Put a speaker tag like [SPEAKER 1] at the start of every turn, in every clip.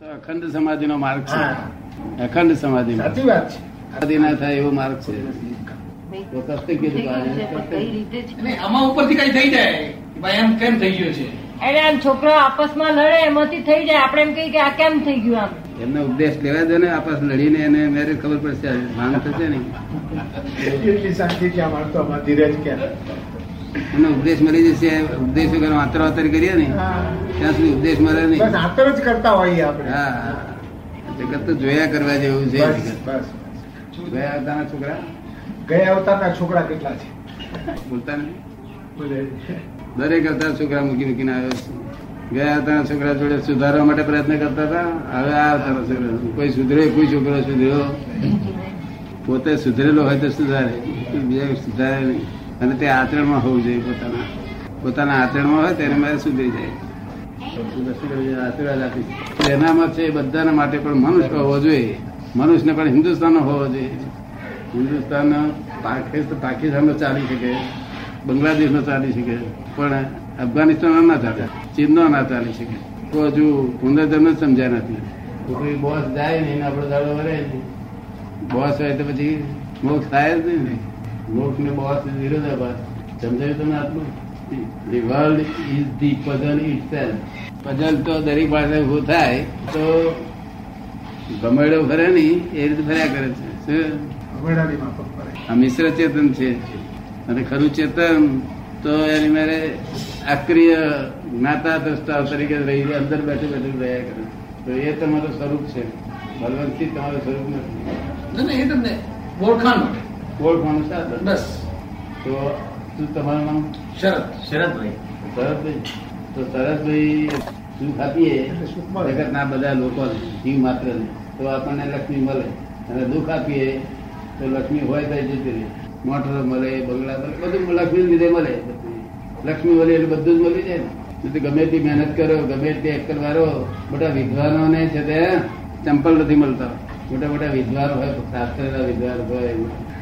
[SPEAKER 1] તો અખંડ સમાધિનો માર્ગ છે અખંડ સમાધિ
[SPEAKER 2] સાચી વાત છે
[SPEAKER 1] સમાધિ ના થાય એવો માર્ગ છે તો કષ્ટ કીધું કાલે.
[SPEAKER 2] એટલે આમાં ઉપરથી કઈ થઈ જાય કે ભાઈ એમ કેમ થઈ ગયો છે
[SPEAKER 3] એટલે આમ છોકરો આપસમાં લડે એમાંથી થઈ જાય આપણે એમ કહીએ કે આ કેમ થઈ ગયું આમ
[SPEAKER 1] એમને ઉપદેશ લેવા દે ને આપસ લડીને એને મેરેજ ખબર પડશે ભાન થશે ને
[SPEAKER 2] એટલી શાંતિ ક્યાં મારતો આમાં ધીરજ ક્યાં
[SPEAKER 1] એનો ઉપદેશ મળી જશે ઉપદેશ વગર વાંતર વાંતર કરીએ ને
[SPEAKER 2] હા.
[SPEAKER 1] ત્યાં સુધી ઉપદેશ મળે
[SPEAKER 2] બસ
[SPEAKER 1] નહીં
[SPEAKER 2] આતર જ કરતા હોઈએ આપણે
[SPEAKER 1] હા જગત તો જોયા કરવા જેવું છે
[SPEAKER 2] બસ બસ
[SPEAKER 1] જોયા આવતાના છોકરા
[SPEAKER 2] ગયા અવતારના છોકરા કેટલા છે
[SPEAKER 1] બોલતા નહીં
[SPEAKER 2] બોલે
[SPEAKER 1] દરેક અવતાર છોકરા મૂકી મૂકીને આવ્યો છે ગયા અવતારના છોકરા જોડે સુધારવા માટે પ્રયત્ન કરતા હતા હવે આ અવતારના છોકરા કોઈ સુધરે કોઈ છોકરો સુધર્યો પોતે સુધરેલો હોય તો સુધારે બીજા સુધારે નહીં અને તે આચરણમાં હોવું જોઈએ પોતાના પોતાના આચરણમાં હોય તેને મારે સુધરી જાય આશીર્વાદ આપીશ એનામાં છે એ બધાના માટે પણ મનુષ્ય હોવો જોઈએ મનુષ્યને પણ હિન્દુસ્તાનનો હોવો જોઈએ હિન્દુસ્તાન પાકિસ્તાન પાકિસ્તાનનો ચાલી શકે બાંગ્લાદેશનો ચાલી શકે પણ અફઘાનિસ્તાનનો ના ચાલે ચીનનો ના ચાલી શકે તો હજુ પુનર્જન્મ જ સમજ્યા નથી કોઈ બોસ જાય નહીં ને આપણો દાડો વરે નહીં બોસ હોય તો પછી મોક્ષ થાય જ નહીં ને મોક્ષ ને બોસ વિરોધાભાસ સમજાયું તમે આટલું the world is the puzzle it puzzle તો દરેક પાસે ઉભું થાય તો ગમેડો ફરે નહીં એ રીતે ફર્યા કરે છે શું?
[SPEAKER 2] હવેડાની માફક પડે
[SPEAKER 1] આ મિશ્ર ચેતન છે અને ખરું ચેતન તો એની મારે અક્રિય જ્ઞાતા દ્રષ્ટા તરીકે રહી અંદર બેઠું બેઠું રહ્યા કરે તો એ તમારું સ્વરૂપ છે ભગવંતથી તમારું સ્વરૂપ નથી
[SPEAKER 4] ને એ તમને ઓળખાણ માટે
[SPEAKER 1] ઓળખવાનું સાધન
[SPEAKER 4] બસ
[SPEAKER 1] તો શું તમારું નામ
[SPEAKER 4] શરત
[SPEAKER 1] સરસભાઈ તો સરસભાઈ સુખ આપીએ
[SPEAKER 2] એટલે સુખ મળે.
[SPEAKER 1] જગતના બધા લોકો જીવ માત્ર તો આપણને લક્ષ્મી મળે અને દુઃખ આપીએ તો લક્ષ્મી હોય તો જતી રહે મોટરો મળે બંગલા મળે બધું લક્ષ્મી લીધે મળે બધું. લક્ષ્મી મળે એટલે બધું જ મળી જાય ને નહીં તો ગમે તે મહેનત કરો ગમે તે એક્કલ વારો મોટા વિદ્વાનોને છે તે ચંપલ નથી મળતા મોટા મોટા વિદ્વાન હોય શાસ્ત્રના વિદ્વાન હોય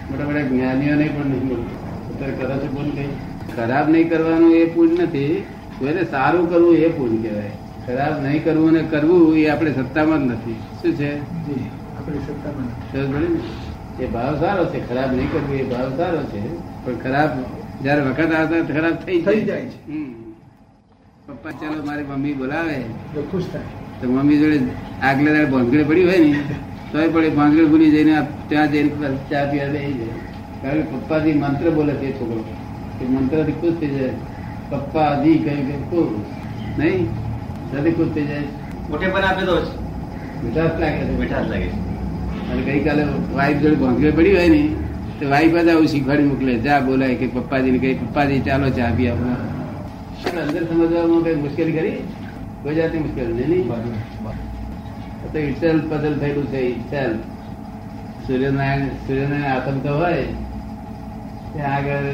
[SPEAKER 1] મોટા મોટા જ્ઞાનીઓને પણ નથી મળતું અત્યારે કરો છો કોણ કઈ ખરાબ નહીં કરવાનું એ પૂજ નથી કોઈને સારું કરવું એ પૂજ કહેવાય ખરાબ નહીં કરવું ને કરવું એ આપણે સત્તામાં જ નથી શું છે
[SPEAKER 2] જી આપણી સત્તામાં નથી.
[SPEAKER 1] સમજ પડી ને? એ ભાવ સારો છે ખરાબ નહીં કરવું એ ભાવ સારો છે પણ ખરાબ જયારે વખત આવતા ખરાબ થઈ
[SPEAKER 2] થઈ જાય છે.
[SPEAKER 1] હમ. પપ્પા ચાલો મારી મમ્મી બોલાવે
[SPEAKER 2] તો ખુશ થાય
[SPEAKER 1] તો મમ્મી જોડે આગલે દાડે ભાંગડે પડી હોય ને તોય પણ એ ભાંગડે ભૂલી જઈને આપ- ત્યાં જઈને પાછી ચા પીવા બેસી જાય કારણ કે પપ્પાજી મંત્ર બોલે છે એ છોકરો એ મંત્રથી ખુશ થઈ જાય પપ્પાજી કહ્યું કે ખુશ નહીં સાથે ખુશ થઈ જાય
[SPEAKER 5] મોટે પણ આપે તો જ
[SPEAKER 1] મીઠાશ લાગે છે
[SPEAKER 5] મીઠાશ લાગે છે
[SPEAKER 1] અને ગઈકાલે વાઈફ જોડે ભાંગડે પડી હોય ને તો વાઈફ જ આવું શીખવાડી મોકલે જા બોલાય કે પપ્પાજીને કહી પપ્પાજી ચાલો ચા પી આપો પણ અંદર સમજવામાં કઈ મુશ્કેલી કરી કોઈ જાતની મુશ્કેલી નહીં આ તો itself puzzle થયેલું છે itself. સૂર્યનારાયણ સૂર્યનારાયણ આથમ તો હોય ત્યાં આગળ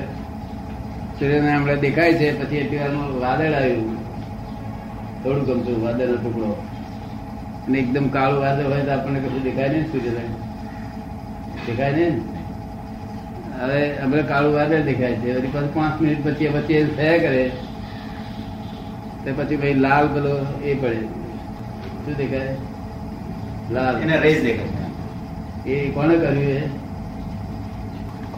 [SPEAKER 1] સૂર્યનારાયણ હમણાં દેખાય છે પછી એટલી વારમાં વાદળ આવ્યું થોડું ગમતું વાદળનો ટુકડો અને એકદમ કાળું વાદળ હોય તો આપણને કશું દેખાય નહીં સૂર્યનારાયણ દેખાય નહીં ને? હવે હમણાં કાળું વાદળ દેખાય છે વળી પાછું પાંચ મિનિટ પછી એ વચ્ચે થયા કરે તે પછી ભાઈ લાલ પેલો એ પડે શું દેખાય લાલ
[SPEAKER 5] એને રેસ દેખાય છે.
[SPEAKER 1] એ કોણે કર્યું એ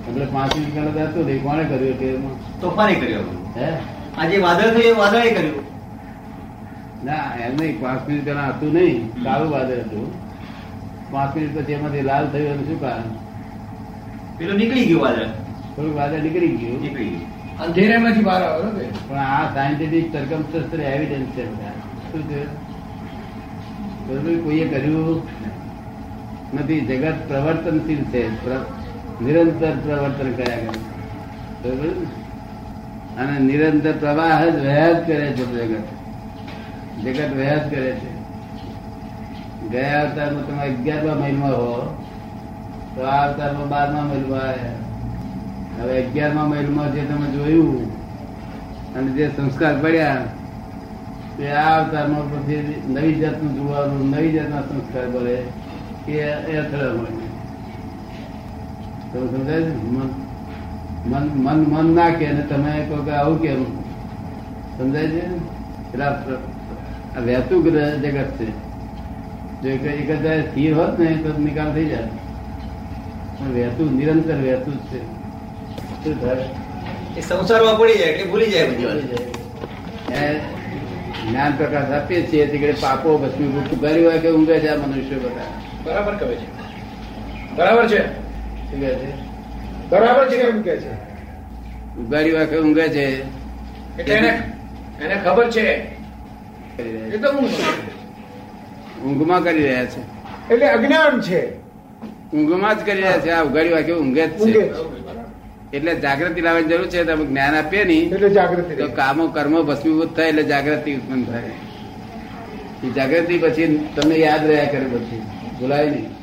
[SPEAKER 1] એટલે પાંચ મિનિટ પહેલા તો હતું નહીં. કોણે કર્યું કે એમાં?
[SPEAKER 5] તોફાને કર્યું આપણું.
[SPEAKER 1] હે
[SPEAKER 5] આ જે વાદળ થયું એ વાદળે કર્યું
[SPEAKER 1] ના એમ નહીં પાંચ મિનિટ પહેલા હતું નહીં કાળું વાદળ હતું પાંચ મિનિટ પછી એમાંથી લાલ થયું એનું શું કારણ
[SPEAKER 5] પેલું નીકળી ગયું વાદળ
[SPEAKER 1] થોડુંક વાદળ નીકળી ગયું
[SPEAKER 5] નીકળી ગયું
[SPEAKER 4] અંધેરામાંથી બહાર આવ્યો ને
[SPEAKER 1] પણ આ સાયન્ટિફિક સરકમસ્ટન્સ એવિડન્સ છે બધા શું છે બરોબર? કોઈએ કર્યું નથી જગત પ્રવર્તનશીલ છે પ્ર- નિરંતર પ્રવર્તન કર્યા કરે બરોબર ને? અને નિરંતર પ્રવાહ જ વહ્યા જ કરે છે જગત જગત વહ્યા જ કરે છે ગયા અવતારમાં તમે અગિયારમા મહિમાં હો તો આ અવતારમાં બારમા મહિલમાં આવ્યા હવે અગિયારમા મહિલમાં જે તમે જોયું અને જે સંસ્કાર પડ્યા તે આ અવતારમાં પછી નવી જાતનું જોવાનું નવી જાતના સંસ્કાર પડે એ એ અથડા મળે તમે સમજાય છે? મન મન મન મન ના કે અને તમે કહો કે આવું કેમ સમજાય છે એટલે આ પ્ર- આ વહેતું ગ્રહ જગત છે જો એક એક જ ધારે સ્થિર હોત ને તો નિકાલ થઈ જાય પણ વહેતું નિરંતર વહેતું જ છે શું થાય?
[SPEAKER 5] એ સંસારમાં પડી જાય એટલે ભૂલી જાય બધી વાત
[SPEAKER 1] એ જ્ઞાન પ્રકાશ આપીએ છીએ તે ઘડી પાપો ભસ્મીભૂત કર્યું હોય કે ઊંઘે છે આ મનુષ્ય બધા
[SPEAKER 4] બરાબર કહે છે બરાબર છે
[SPEAKER 1] શું કહે છે
[SPEAKER 4] બરાબર છે કેમ કે છે
[SPEAKER 1] ઉગાડ્યું હોય કે ઊંઘે છે
[SPEAKER 4] એટલે એને એને ખબર છે
[SPEAKER 1] કરી
[SPEAKER 4] એ
[SPEAKER 1] રહ્યા છે.
[SPEAKER 4] તો હું છું.
[SPEAKER 1] ઊંઘમાં કરી રહ્યા છે
[SPEAKER 6] એટલે અજ્ઞાન છે
[SPEAKER 1] ઊંઘમાં જ કરી રહ્યા છે આ ઉગાડ્યું હોય કે ઊંઘે જ
[SPEAKER 6] ઊંઘે છે.
[SPEAKER 1] છે એટલે જાગૃતિ લાવવાની જરૂર છે તમે જ્ઞાન આપીએ નહીં
[SPEAKER 6] એટલે જાગૃતિ
[SPEAKER 1] તો
[SPEAKER 6] રહે.
[SPEAKER 1] કામો કર્મો ભસ્મીભૂત થાય એટલે જાગૃતિ ઉત્પન્ન થાય એ જાગૃતિ પછી તમને યાદ રહ્યા કરે પછી ભૂલાય નહીં